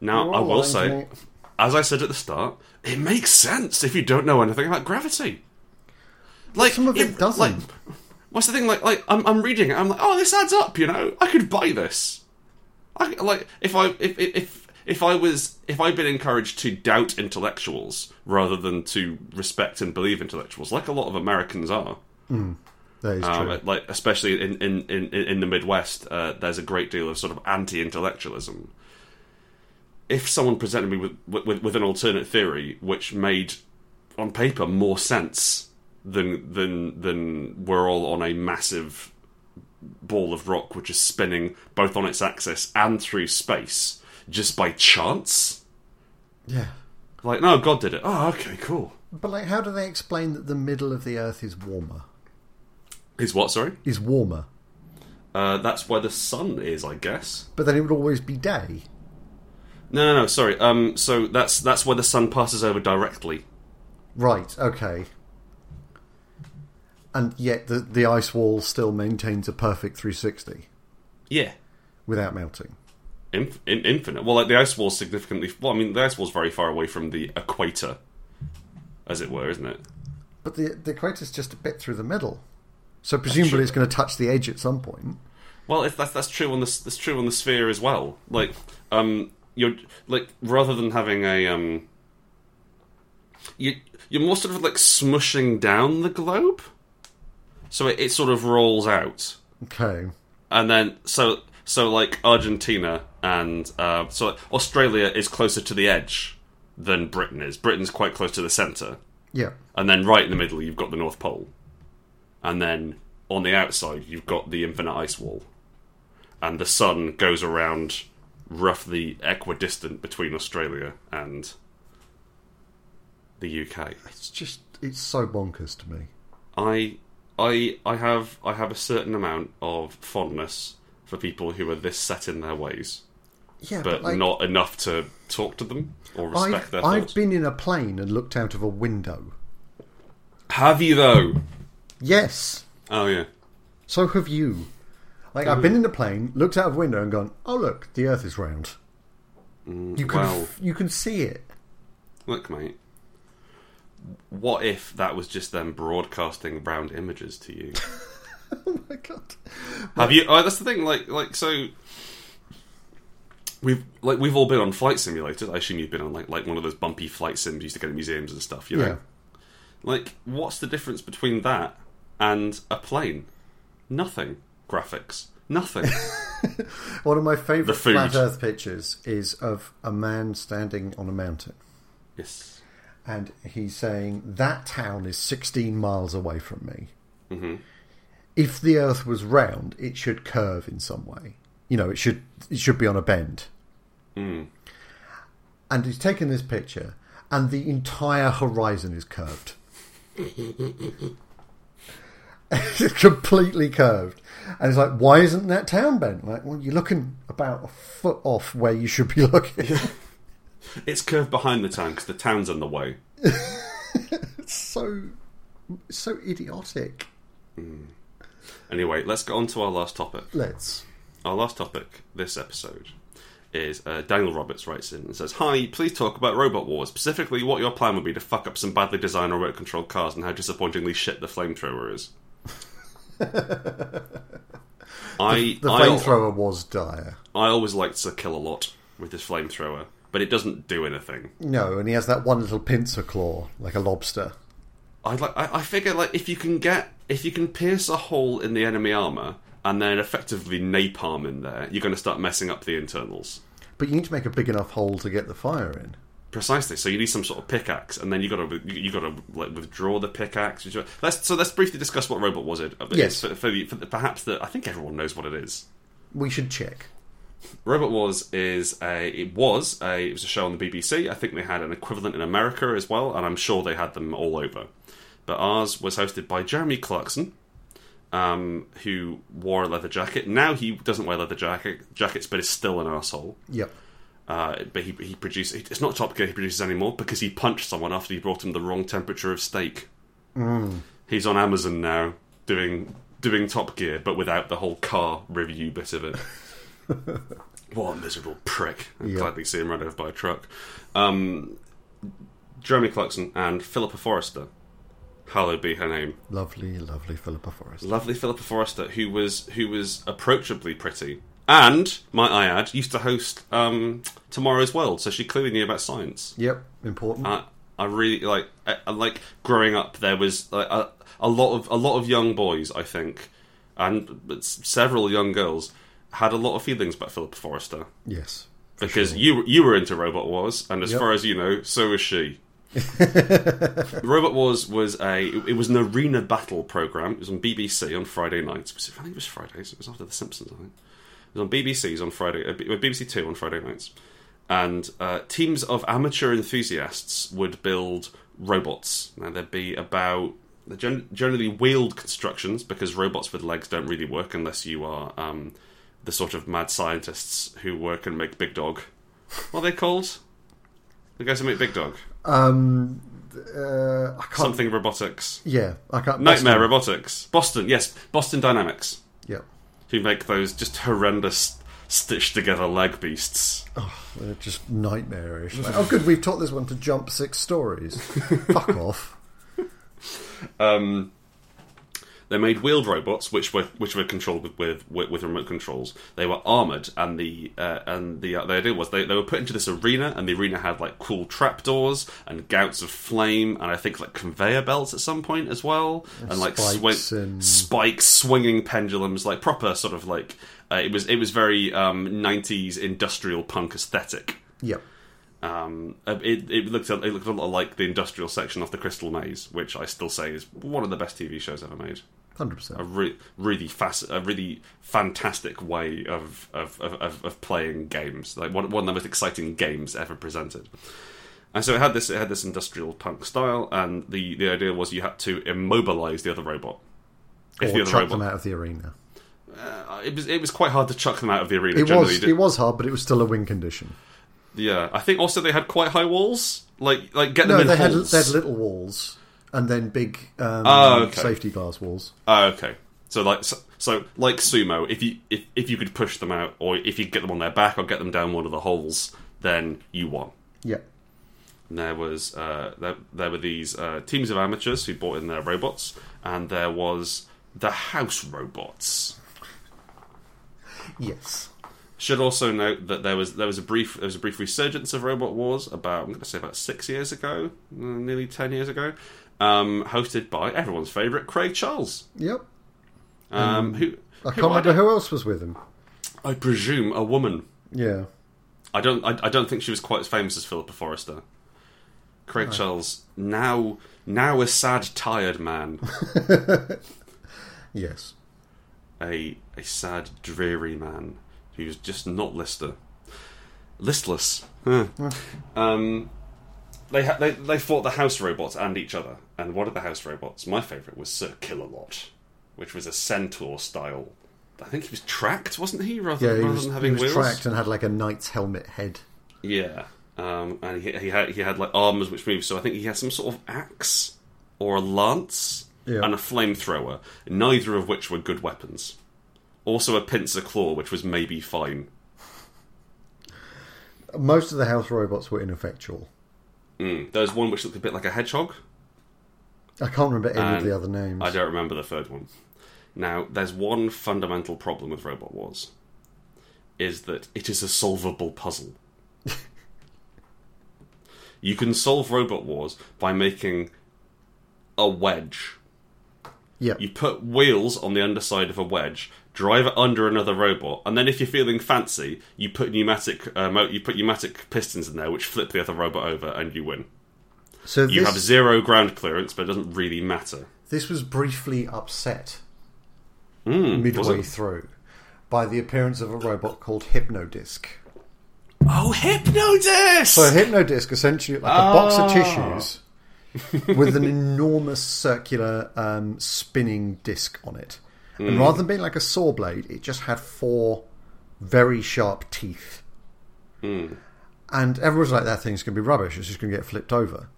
Speaker 1: Now
Speaker 2: You're
Speaker 1: I
Speaker 2: all
Speaker 1: will
Speaker 2: lying
Speaker 1: say,
Speaker 2: to me.
Speaker 1: as I said at the start, it makes sense if you don't know anything about gravity. Like
Speaker 2: Some of it doesn't.
Speaker 1: Like, what's the thing? Like like I'm I'm reading it. I'm like oh this adds up. You know I could buy this. I, like if I if if- if if I was if I'd been encouraged to doubt intellectuals rather than to respect and believe intellectuals, like a lot of Americans are,
Speaker 2: That is
Speaker 1: um,
Speaker 2: true.
Speaker 1: like especially in in in, in the Midwest, uh, there's a great deal of sort of anti-intellectualism. If someone presented me with, with with an alternate theory which made on paper more sense than than than we're all on a massive ball of rock which is spinning both on its axis and through space just by chance,
Speaker 2: Yeah.
Speaker 1: like no, God did it. Oh, okay, cool.
Speaker 2: But, like, how do they explain that the middle of the Earth is warmer?
Speaker 1: Is what? Sorry,
Speaker 2: Is warmer.
Speaker 1: uh, that's where the sun is, I guess.
Speaker 2: But then it would always be day.
Speaker 1: No, no, no. Sorry. Um. So that's that's where the sun passes over directly.
Speaker 2: Right, okay. And yet the, the ice wall still maintains a perfect 360
Speaker 1: Yeah.
Speaker 2: without melting.
Speaker 1: Inf- in- infinite. Well, like the ice wall's significantly. Well, I mean, the ice wall's very far away from the equator, as it were, isn't it?
Speaker 2: But the, the equator's just a bit through the middle. So presumably it's going to touch the edge at some point.
Speaker 1: Well, if that's that's true on the s- that's true on the sphere as well. Like, um, you're like rather than having a um, you you're more sort of like smushing down the globe, so it, it sort of rolls out.
Speaker 2: Okay.
Speaker 1: and then so so like Argentina and uh, so Australia is closer to the edge than Britain is. Britain's quite close to the centre,
Speaker 2: Yeah.
Speaker 1: and then right in the middle you've got the North Pole, and then on the outside you've got the infinite ice wall, and the sun goes around roughly equidistant between Australia and the UK.
Speaker 2: It's just, it's so bonkers to me.
Speaker 1: I I I have I have a certain amount of fondness for people who are this set in their ways,
Speaker 2: Yeah,
Speaker 1: but not enough to talk to them or respect
Speaker 2: I've,
Speaker 1: their
Speaker 2: I've
Speaker 1: thoughts.
Speaker 2: been in a plane and looked out of a window.
Speaker 1: Have you though?
Speaker 2: Yes.
Speaker 1: Oh yeah.
Speaker 2: So have you. Like, I've been in a plane, looked out of window, and gone, oh, look, the Earth is round.
Speaker 1: Mm,
Speaker 2: You can,
Speaker 1: wow.
Speaker 2: you can see it.
Speaker 1: Look, mate. What if that was just them broadcasting round images to you?
Speaker 2: Oh my god.
Speaker 1: Have you? Oh, that's the thing. Like, like so. We've like we've all been on flight simulators. I assume you've been on like like one of those bumpy flight sims you used to get at museums and stuff. You know,
Speaker 2: Yeah.
Speaker 1: like what's the difference between that and a plane? Nothing. Graphics. Nothing.
Speaker 2: One of my
Speaker 1: The
Speaker 2: favourite
Speaker 1: food.
Speaker 2: flat Earth pictures is of a man standing on a mountain,
Speaker 1: yes.
Speaker 2: and he's saying that town is 16 miles away from me. If the Earth was round, it should curve in some way. You know, it should it should be on a bend. And he's taken this picture, and the entire horizon is curved. It's completely curved. And it's like, why isn't that town bent? Like, well, you're looking about a foot off where you should be looking.
Speaker 1: It's curved behind the town because the town's on the way.
Speaker 2: it's so, so idiotic.
Speaker 1: Anyway, let's get on to our last topic.
Speaker 2: Let's.
Speaker 1: Our last topic this episode is uh, Daniel Roberts writes in and says, Hi, please talk about Robot Wars, specifically what your plan would be to fuck up some badly designed remote controlled cars and how disappointingly shit the flamethrower is. I,
Speaker 2: The
Speaker 1: I, al-
Speaker 2: flamethrower was dire.
Speaker 1: I always liked Sir Kill a lot with his flamethrower, but it doesn't do anything.
Speaker 2: No, and he has that one little pincer claw, like a lobster.
Speaker 1: I'd like, I, I figure like if you can get if you can pierce a hole in the enemy armor and then effectively napalm in there, you're going to start messing up the internals.
Speaker 2: But you need to make a big enough hole to get the fire in.
Speaker 1: Precisely. So you need some sort of pickaxe, and then you got to you got to like withdraw the pickaxe. withdraw- Let's so let's briefly discuss what robot was it.
Speaker 2: Yes.
Speaker 1: For, for the, for the, perhaps the, I think everyone knows what it is.
Speaker 2: We should check.
Speaker 1: Robot Wars is a it was a it was a show on the BBC. I think they had an equivalent in America as well, and I'm sure they had them all over. But ours was hosted by Jeremy Clarkson, um, who wore a leather jacket. Now he doesn't wear leather jacket jackets, but is still an asshole.
Speaker 2: Yep.
Speaker 1: Uh, but he he produces. It's not Top Gear he produces anymore because he punched someone after he brought him the wrong temperature of steak. He's on Amazon now doing doing Top Gear, but without the whole car review bit of it. what a miserable prick! I'm
Speaker 2: Yeah.
Speaker 1: glad they see him run over by a truck. Um, Jeremy Clarkson and Philippa Forrester. Hallowed be her name
Speaker 2: Lovely, lovely Philippa Forrest.
Speaker 1: lovely Philippa Forrester, who was who was approachably pretty, and might I add, used to host um, Tomorrow's World, so she clearly knew about science.
Speaker 2: Yep, important.
Speaker 1: I, I really like I, I like growing up. There was like, a, a lot of a lot of young boys, I think, and s- several young girls had a lot of feelings about Philippa Forrester
Speaker 2: yes.
Speaker 1: because you you were into Robot Wars, and as
Speaker 2: Yep.
Speaker 1: far as you know, so was she. Robot Wars was a it was an arena battle program. It was on BBC on Friday nights. Was it- I think it was Fridays. It was after The Simpsons. I think it was on BBC's on Friday, uh, B- BBC Two on Friday nights, and uh, teams of amateur enthusiasts would build robots. Now there'd be about they're gen- generally wheeled constructions because robots with legs don't really work unless you are um, the sort of mad scientists who work and make Big Dog. What are they called? The guys who make Big Dog.
Speaker 2: Um, uh, I can't.
Speaker 1: Something robotics.
Speaker 2: Yeah, I can't.
Speaker 1: Nightmare
Speaker 2: Boston.
Speaker 1: Robotics. Boston, yes, Boston Dynamics,
Speaker 2: Yep.
Speaker 1: who make those just horrendous stitched together leg beasts.
Speaker 2: They're Uh, just nightmarish. Like, oh, good, we've taught this one to jump six stories. Fuck off.
Speaker 1: Um, they made wheeled robots, which were which were controlled with with, with, with remote controls. They were armored, and the uh, and the, uh, the idea was they, they were put into this arena, and the arena had like cool trapdoors and gouts of flame, and I think like conveyor belts at some point as well, and, like
Speaker 2: spikes
Speaker 1: swing-
Speaker 2: and-
Speaker 1: spikes, swinging pendulums, like proper sort of like uh, it was it was very um, '90s industrial punk aesthetic.
Speaker 2: Yep.
Speaker 1: Um, uh, it, it looked a- it looked a lot like the industrial section of the Crystal Maze, which I still say is one of the best TV shows ever made.
Speaker 2: 100%.
Speaker 1: A re- really fast, a really fantastic way of of, of, of of playing games, like one one of the most exciting games ever presented. And so it had this it had this industrial punk style, and the the idea was you had to immobilize the other robot. If the
Speaker 2: or
Speaker 1: other
Speaker 2: chuck
Speaker 1: robot,
Speaker 2: them out of the arena.
Speaker 1: uh, it was it was quite hard to chuck them out of the arena.
Speaker 2: It
Speaker 1: generally,
Speaker 2: was,
Speaker 1: did-
Speaker 2: it was hard, but it was still a win condition.
Speaker 1: yeah. I think also they had quite high walls, like like get them
Speaker 2: No,
Speaker 1: in
Speaker 2: they had,
Speaker 1: holes.
Speaker 2: they had little walls and then big um,
Speaker 1: Oh, okay.
Speaker 2: safety glass walls.
Speaker 1: Oh, okay. Ah, So like so, So, like sumo, if you if, if you could push them out, or if you could get them on their back, or get them down one of the holes, then you won.
Speaker 2: Yeah.
Speaker 1: And there was uh, there, there were these uh, teams of amateurs who brought in their robots, and there was the house robots.
Speaker 2: Yes.
Speaker 1: Should also note that there was there was a brief there was a brief resurgence of robot wars about I'm going to say about six years ago, mm, nearly ten years ago, um, hosted by everyone's favourite Craig Charles,
Speaker 2: Yep.
Speaker 1: um, who
Speaker 2: I can't
Speaker 1: who I,
Speaker 2: remember
Speaker 1: don't-
Speaker 2: who else was with him.
Speaker 1: I presume a woman.
Speaker 2: Yeah.
Speaker 1: I don't. I, I don't think she was quite as famous as Philippa Forrester. Craig Charles, now now a sad, tired man,
Speaker 2: Yes.
Speaker 1: a a sad, dreary man who's just not lister, listless. Huh. um, they, ha- they they fought the house robots and each other, and one of the house robots, my favourite, was Sir Killalot, which was a centaur style. I think he was tracked, wasn't he? Rather,
Speaker 2: Yeah, he
Speaker 1: rather
Speaker 2: was,
Speaker 1: than
Speaker 2: he
Speaker 1: having
Speaker 2: was
Speaker 1: wheels.
Speaker 2: tracked and had like a knight's helmet head.
Speaker 1: Yeah, um, and he, he had he had like arms which moved. So I think he had some sort of axe or a lance
Speaker 2: Yeah.
Speaker 1: and a flamethrower, neither of which were good weapons. Also, a pincer claw, which was maybe fine.
Speaker 2: Most of the house robots were ineffectual.
Speaker 1: Mm. There was one which looked a bit like a hedgehog.
Speaker 2: I can't remember any of
Speaker 1: And
Speaker 2: the other names.
Speaker 1: I don't remember the third one. Now, there's one fundamental problem with Robot Wars, is that it is a solvable puzzle. you can solve Robot Wars by making a wedge.
Speaker 2: Yeah.
Speaker 1: You put wheels on the underside of a wedge, drive it under another robot, and then if you're feeling fancy, you put pneumatic uh, mo- you put pneumatic pistons in there, which flip the other robot over, and you win.
Speaker 2: so
Speaker 1: You
Speaker 2: this,
Speaker 1: have zero ground clearance, but it doesn't really matter.
Speaker 2: this was briefly upset
Speaker 1: Mm, was
Speaker 2: midway
Speaker 1: it?
Speaker 2: through by the appearance of a robot called Hypnodisc.
Speaker 1: Oh, hypnotist!
Speaker 2: So a hypnodisc essentially like a box of
Speaker 1: Ah.
Speaker 2: tissues with an enormous circular um, spinning disc on it. And rather than being like a saw blade, it just had four very sharp teeth. And everyone's like, that thing's going to be rubbish. It's just going to get flipped over.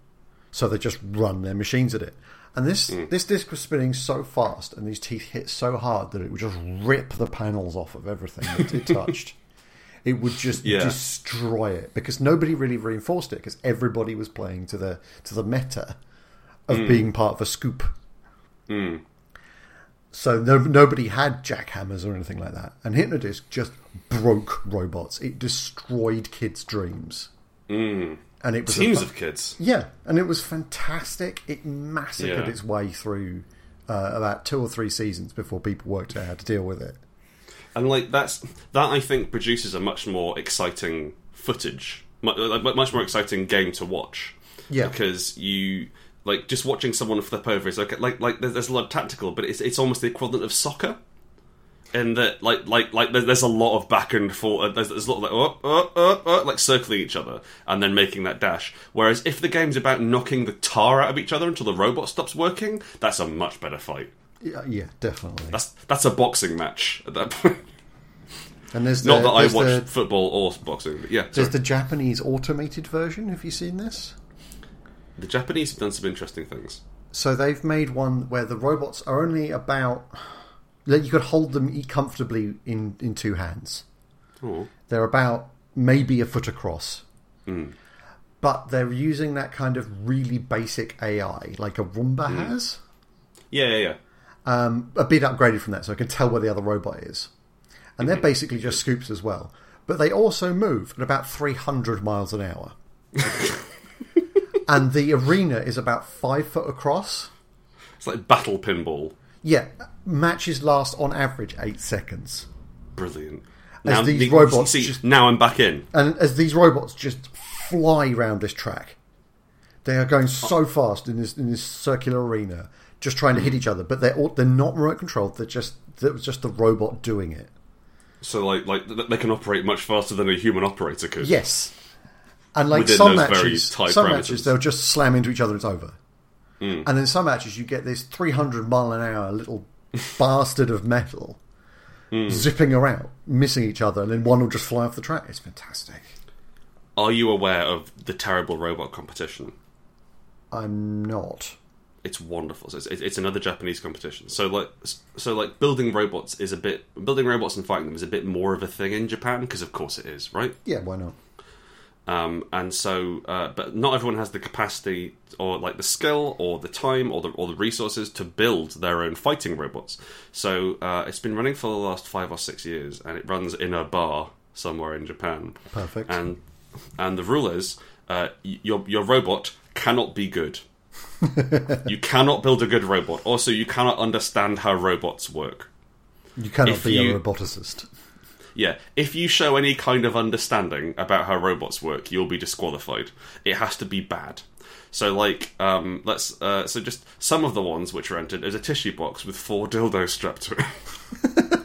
Speaker 2: So they just run their machines at it. And this,
Speaker 1: Hmm.
Speaker 2: this disc was spinning so fast and these teeth hit so hard that it would just rip the panels off of everything that it touched. It would just
Speaker 1: Yeah.
Speaker 2: destroy it because nobody really reinforced it because everybody was playing to the to the meta of
Speaker 1: Hmm.
Speaker 2: being part of a scoop. So no, nobody had jackhammers or anything like that. And Hypnodisc just broke robots. It destroyed kids' dreams. And it was a
Speaker 1: Hmm. Teams
Speaker 2: fa-
Speaker 1: of kids.
Speaker 2: yeah, and it was fantastic. It massacred
Speaker 1: Yeah.
Speaker 2: its way through uh, about two or three seasons before people worked out how to deal with it.
Speaker 1: And like that's that I think produces a much more exciting footage, mu- like, mu- much more exciting game to watch.
Speaker 2: Yeah.
Speaker 1: Because you like just watching someone flip over is like like like there's, there's a lot of tactical, but it's it's almost the equivalent of soccer. In that, like, like, like, there's there's a lot of back and forth. uh, There's, there's a lot of like, oh, up, up, up, up, like circling each other and then making that dash. Whereas if the game's about knocking the tar out of each other until the robot stops working, that's a much better fight.
Speaker 2: Yeah, yeah definitely.
Speaker 1: That's that's a boxing match at that point.
Speaker 2: And there's the,
Speaker 1: Not that I
Speaker 2: there's
Speaker 1: watch
Speaker 2: the-
Speaker 1: football or boxing, but yeah.
Speaker 2: there's
Speaker 1: sorry.
Speaker 2: the Japanese automated version. Have you seen this?
Speaker 1: The Japanese have done some interesting things.
Speaker 2: So they've made one where the robots are only about that you could hold them e- comfortably in in two hands.
Speaker 1: Oh,
Speaker 2: They're about maybe a foot across.
Speaker 1: Hmm.
Speaker 2: But they're using that kind of really basic AI, like a Roomba
Speaker 1: Hmm.
Speaker 2: has.
Speaker 1: yeah, yeah, yeah.
Speaker 2: um, a bit upgraded from that, so I can tell where the other robot is. And they're basically just scoops as well. But they also move at about 300 miles an hour. and the arena is about five foot across.
Speaker 1: It's like battle pinball.
Speaker 2: Yeah, matches last on average eight seconds.
Speaker 1: Brilliant.
Speaker 2: As these
Speaker 1: the-
Speaker 2: robots
Speaker 1: see,
Speaker 2: just-
Speaker 1: now I'm back in.
Speaker 2: And as these robots just fly round this track, they are going so fast in this in this circular arena, just trying to hit each other. But they're all, they're not remote controlled. They're just that was just the robot doing it.
Speaker 1: So like, like th- they can operate much faster than a human operator could.
Speaker 2: Yes. And like
Speaker 1: Within
Speaker 2: some
Speaker 1: those very
Speaker 2: matches,
Speaker 1: tight
Speaker 2: some
Speaker 1: parameters. Hmm.
Speaker 2: matches they'll just slam into each other. It's over. And then some matches you get this 300 mile an hour little bastard of metal
Speaker 1: Hmm.
Speaker 2: zipping around, missing each other, and then one will just fly off the track. It's fantastic.
Speaker 1: Are you aware of the terrible robot competition?
Speaker 2: I'm not.
Speaker 1: it's wonderful. So it's, it's it's another Japanese competition. So like so like building robots is a bit building robots and fighting them is a bit more of a thing in Japan because of course it is, right?
Speaker 2: Yeah, why not?
Speaker 1: Um, and so, uh, but not everyone has the capacity or like the skill or the time or the or the resources to build their own fighting robots. So uh, it's been running for the last five or six years, and it runs in a bar somewhere in Japan.
Speaker 2: Perfect.
Speaker 1: And and the rule is uh, y- your your robot cannot be good. you cannot build a good robot. Also, you cannot understand how robots work.
Speaker 2: you cannot
Speaker 1: if
Speaker 2: be
Speaker 1: you-
Speaker 2: a roboticist.
Speaker 1: Yeah, if you show any kind of understanding about how robots work, you'll be disqualified. It has to be bad. So, like, um, let's uh, so just some of the ones which are entered is a tissue box with four dildos strapped to it.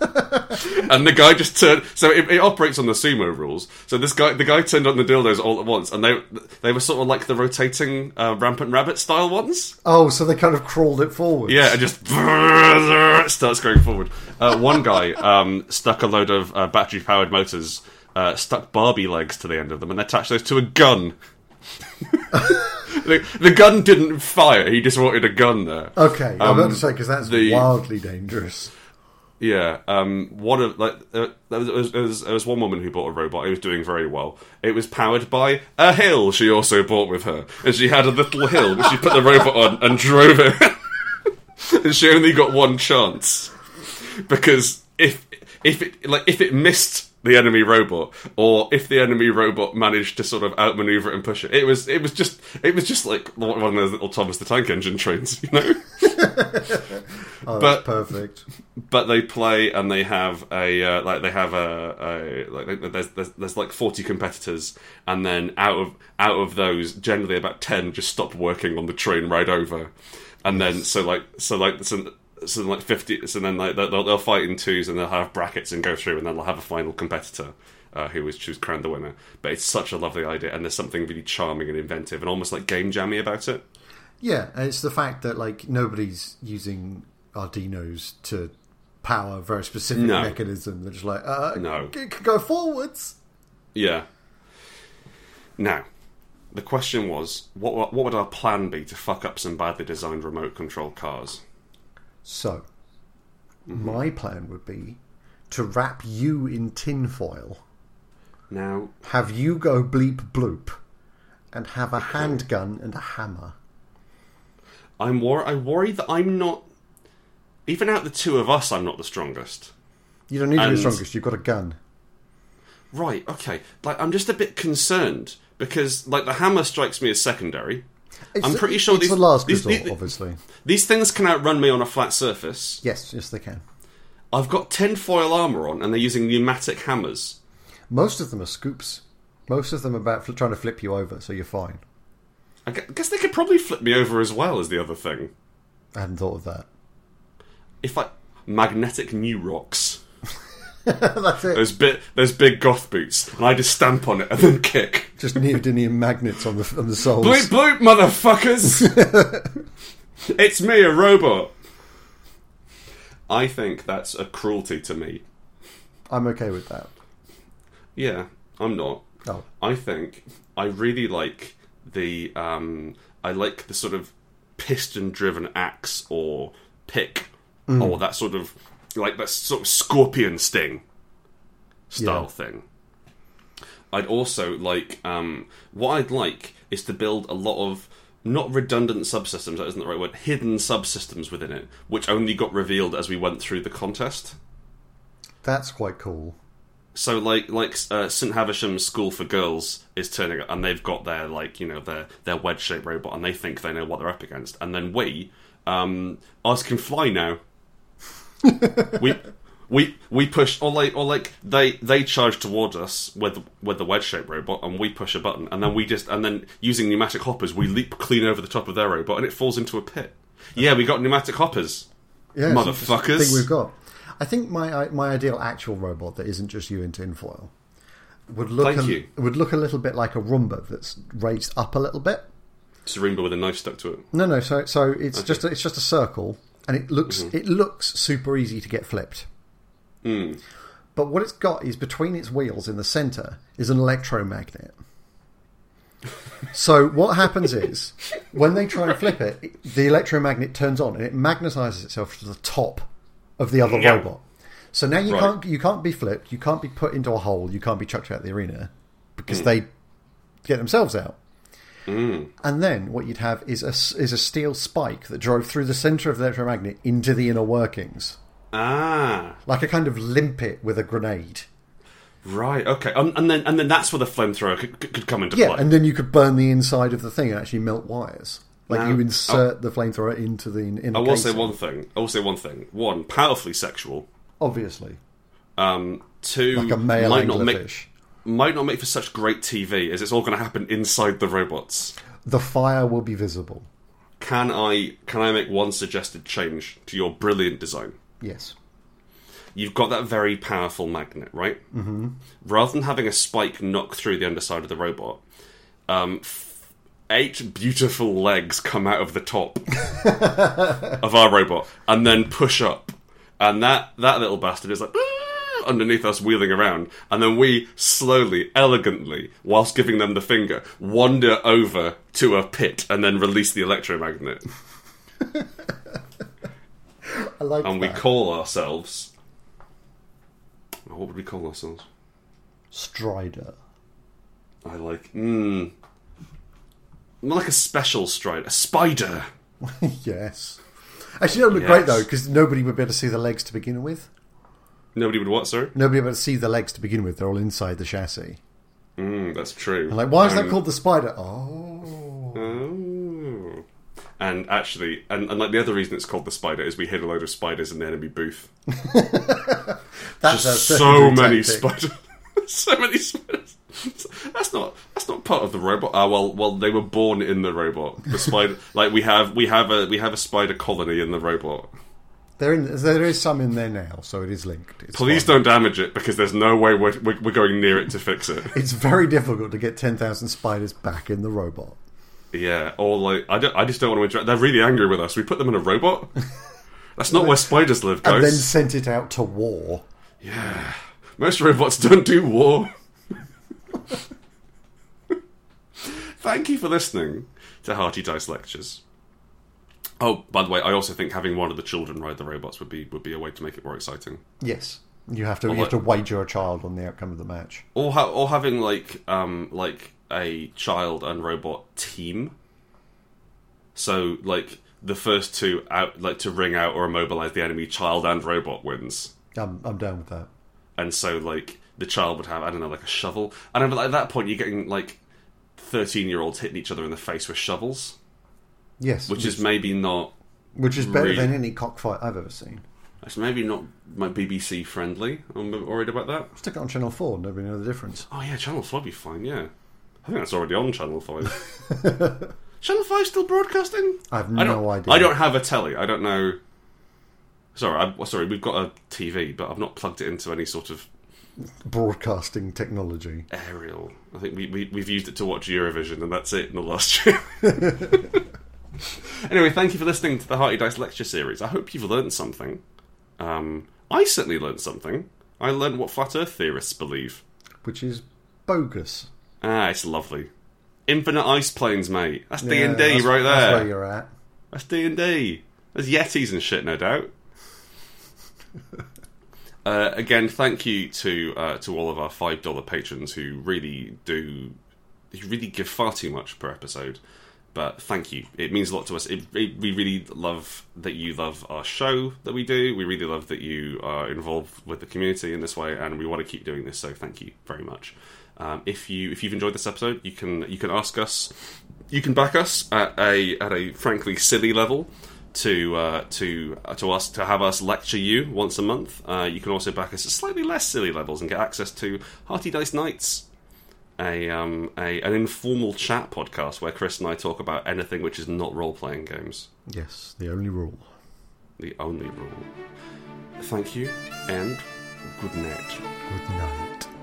Speaker 1: and the guy just turned. So it, it operates on the sumo rules. So this guy, the guy turned on the dildos all at once, and they they were sort of like the rotating uh, rampant rabbit style ones.
Speaker 2: Oh, so they kind of crawled it forward.
Speaker 1: Yeah, and just starts going forward. Uh, one guy um, stuck a load of uh, battery powered motors, uh, stuck Barbie legs to the end of them, and attached those to a gun. the, the gun didn't fire, he just wanted a gun there.
Speaker 2: Okay, I'm about
Speaker 1: Um,
Speaker 2: to say because that's
Speaker 1: the-
Speaker 2: wildly dangerous.
Speaker 1: Yeah, um, one of like uh, there, was, there, was, there, was, there was one woman who bought a robot. It was doing very well. It was powered by a hill. She also bought with her, and she had a little hill which she put the robot on and drove it. and she only got one chance because if if it like if it missed the enemy robot or if the enemy robot managed to sort of outmaneuver it and push it, it was it was just it was just like one of those little Thomas the Tank Engine trains, you know.
Speaker 2: Oh,
Speaker 1: But-
Speaker 2: that's perfect.
Speaker 1: but they play and they have a uh, like they have a, a like there's, there's there's like 40 competitors and then out of out of those generally about 10 just stop working on the train ride over and then so like so like so, so like 50 so then like they'll, they'll they'll fight in twos and they'll have brackets and go through and then they'll have a final competitor uh, who is choose crowned the winner but it's such a lovely idea and there's something really charming and inventive and almost like game jammy about it
Speaker 2: Yeah, and it's the fact that like nobody's using Arduinos to power a very specific
Speaker 1: No.
Speaker 2: mechanism. They're just like, uh,
Speaker 1: No.
Speaker 2: it can go forwards.
Speaker 1: Yeah. Now, the question was, what what would our plan be to fuck up some badly designed remote control cars?
Speaker 2: So,
Speaker 1: Mm-hmm.
Speaker 2: my plan would be to wrap you in tinfoil,
Speaker 1: Now,
Speaker 2: have you go bleep bloop, and have a handgun and a hammer.
Speaker 1: I'm wor- I worry that I'm not. Even out of the two of us, I'm not the strongest.
Speaker 2: You don't need to be
Speaker 1: And-
Speaker 2: the strongest. You've got a gun.
Speaker 1: Right. Okay. Like, I'm just a bit concerned because, like, the hammer strikes me as secondary.
Speaker 2: It's,
Speaker 1: I'm pretty sure
Speaker 2: it's
Speaker 1: these-
Speaker 2: the last
Speaker 1: these-
Speaker 2: resort,
Speaker 1: these-
Speaker 2: obviously.
Speaker 1: These things can outrun me on a flat surface.
Speaker 2: Yes, yes, they can.
Speaker 1: I've got tinfoil armor on, and they're using pneumatic hammers.
Speaker 2: Most of them are scoops. Most of them are about fl- trying to flip you over, so you're fine.
Speaker 1: I gu- I guess they could probably flip me over as well as the other thing.
Speaker 2: I hadn't thought of that.
Speaker 1: If I magnetic new rocks.
Speaker 2: That's it.
Speaker 1: those bit those big goth boots, and I just stamp on it and then kick.
Speaker 2: Just neodymium magnets on the on the soles.
Speaker 1: Bloop bloop, motherfuckers! it's me, a robot. I think that's a cruelty to me.
Speaker 2: I'm okay with that.
Speaker 1: Yeah, I'm not.
Speaker 2: Oh,
Speaker 1: I think I really like the um, I like the sort of piston-driven axe or pick or that sort of like that sort of scorpion sting style
Speaker 2: Yeah.
Speaker 1: thing. I'd also like um, what I'd like is to build a lot of not redundant subsystems. That isn't the right word. Hidden subsystems within it, which only got revealed as we went through the contest.
Speaker 2: that's quite cool.
Speaker 1: So like like uh, St Havisham's School for Girls is turning up, and they've got their like you know their their wedge shaped robot, and they think they know what they're up against, and then we, um, us can fly now. we. We, we push or like or like they, they charge towards us with with the wedge shaped robot and we push a button and then we just and then using pneumatic hoppers we leap clean over the top of their robot and it falls into a pit. Yeah, we got pneumatic hoppers.
Speaker 2: Yeah,
Speaker 1: Motherfuckers.
Speaker 2: Thing we've got. I think my my ideal actual robot that isn't just you in tinfoil would look
Speaker 1: Thank
Speaker 2: a,
Speaker 1: you.
Speaker 2: would look a little bit like a Roomba that's raised up a little bit.
Speaker 1: It's a Roomba with a knife stuck to it.
Speaker 2: No, no. So so it's just a, it's just a circle, and it looks
Speaker 1: Mm-hmm.
Speaker 2: it looks super easy to get flipped.
Speaker 1: Hmm.
Speaker 2: But what it's got is between its wheels in the center is an electromagnet. So what happens is when they try and flip it, the electromagnet turns on and it magnetizes itself to the top of the other
Speaker 1: Yeah.
Speaker 2: robot. So now you
Speaker 1: Right.
Speaker 2: can't you can't be flipped, you can't be put into a hole, you can't be chucked out of the arena because
Speaker 1: Hmm.
Speaker 2: they get themselves out. And then what you'd have is a s- is a steel spike that drove through the center of the electromagnet into the inner workings,
Speaker 1: Ah,
Speaker 2: like a kind of limpet with a grenade.
Speaker 1: right, okay, um, and then and then that's where the flamethrower could, could- could come into
Speaker 2: Yeah,
Speaker 1: play.
Speaker 2: and then you could burn the inside of the thing and actually melt wires. Like
Speaker 1: No.
Speaker 2: you insert the flamethrower into the in
Speaker 1: oh. I will say one thing. I will say one thing. One, powerfully sexual.
Speaker 2: obviously
Speaker 1: Um, two,
Speaker 2: like a male
Speaker 1: might not make
Speaker 2: anglerfish.
Speaker 1: might not make for such great TV, as it's all going to happen inside the robots.
Speaker 2: The fire will be visible.
Speaker 1: Can I can I make one suggested change to your brilliant design?
Speaker 2: Yes.
Speaker 1: You've got that very powerful magnet, right? Mm-hmm. Rather than having a spike knock through the underside of the robot, um, f- eight beautiful legs come out of the top of our robot and then push up, and that that little bastard is like. "Ah," Underneath us, wheeling around, and then we slowly, elegantly, whilst giving them the finger, wander over to a pit and then release the electromagnet.
Speaker 2: I like
Speaker 1: And we
Speaker 2: that.
Speaker 1: call ourselves. oh, What would we call ourselves?
Speaker 2: Strider.
Speaker 1: I like. Mm, more like a special stride, a spider.
Speaker 2: yes. Actually, that would look great
Speaker 1: Yes.
Speaker 2: though, because nobody would be able to see the legs to begin with.
Speaker 1: Nobody would what, sir?
Speaker 2: Nobody would be able to see the legs to begin with. They're all inside the chassis.
Speaker 1: Mm, that's true.
Speaker 2: And like, why is that
Speaker 1: Um,
Speaker 2: called the spider? Oh.
Speaker 1: Oh. And actually, and, and like the other reason it's called the spider is we hid a load of spiders in the enemy booth.
Speaker 2: That's a
Speaker 1: so
Speaker 2: secondary
Speaker 1: many
Speaker 2: tactic.
Speaker 1: spiders. so many spiders. That's not that's not part of the robot. Ah, well, well, they were born in the robot. The spider, like we have we have a we have a spider colony in the robot.
Speaker 2: They're in, there is some in there now, so it is linked. It's
Speaker 1: Please don't
Speaker 2: fine.
Speaker 1: damage it because there's no way we're we're, we're going near it to fix it.
Speaker 2: It's very difficult to get 10,000 spiders back in the robot.
Speaker 1: Yeah, or like I don't, I just don't want to interact. They're really angry with us. We put them in a robot. That's not where spiders live,
Speaker 2: And then
Speaker 1: guys.
Speaker 2: sent it out to war.
Speaker 1: Yeah, most robots don't do war. Thank you for listening to Hearty Dice Lectures. Oh, by the way, I also think having one of the children ride the robots would be would be a way to make it more exciting.
Speaker 2: Yes. You have to you
Speaker 1: like-
Speaker 2: have to wager a child on the outcome of the match.
Speaker 1: Or ha- or having like um like a child and robot team. So like the first two out like to ring out or immobilize the enemy, child and robot wins.
Speaker 2: I'm I'm down with that.
Speaker 1: And so like the child would have I don't know like a shovel, and I'm- at that point you're getting like thirteen year olds hitting each other in the face with shovels,
Speaker 2: Yes.
Speaker 1: which is maybe not
Speaker 2: which is better
Speaker 1: really-
Speaker 2: than any cockfight I've ever seen.
Speaker 1: it's maybe not my BBC friendly. I'm a bit worried about that.
Speaker 2: Stick it on channel 4, nobody knows the difference.
Speaker 1: Oh yeah, Channel Five would be fine. Yeah, I think that's already on Channel Five. Channel Five still broadcasting?
Speaker 2: I have
Speaker 1: I don't,
Speaker 2: no idea.
Speaker 1: I don't have a telly. I don't know. Sorry, I, well, sorry. We've got a TV, but I've not plugged it into any sort of
Speaker 2: broadcasting technology.
Speaker 1: aerial. I think we, we we've used it to watch Eurovision, and that's it in the last year. anyway, thank you for listening to the Hearty Dice lecture series. I hope you've learned something. Um, I certainly learned something. I learned what flat Earth theorists believe.
Speaker 2: Which is bogus.
Speaker 1: Ah, it's lovely. Infinite ice planes, mate. That's D
Speaker 2: Yeah,
Speaker 1: and D
Speaker 2: that's-
Speaker 1: right
Speaker 2: That's where
Speaker 1: there.
Speaker 2: you're at.
Speaker 1: That's D and D. There's yetis and shit, no doubt. Uh, again, thank you to uh, to all of our five dollar patrons who really do who really give far too much per episode. But thank you, it means a lot to us. It, it, we really love that you love our show that we do. We really love that you are involved with the community in this way, and we want to keep doing this. So thank you very much. Um, if you if you've enjoyed this episode, you can you can ask us, you can back us at a at a frankly silly level to uh, to uh, to us to have us lecture you once a month. Uh, you can also back us at slightly less silly levels and get access to Hearty Dice Nights, a um a an informal chat podcast where Chris and I talk about anything which is not role playing games.
Speaker 2: Yes, the only rule.
Speaker 1: The only rule. Thank you and good night.
Speaker 2: Good night.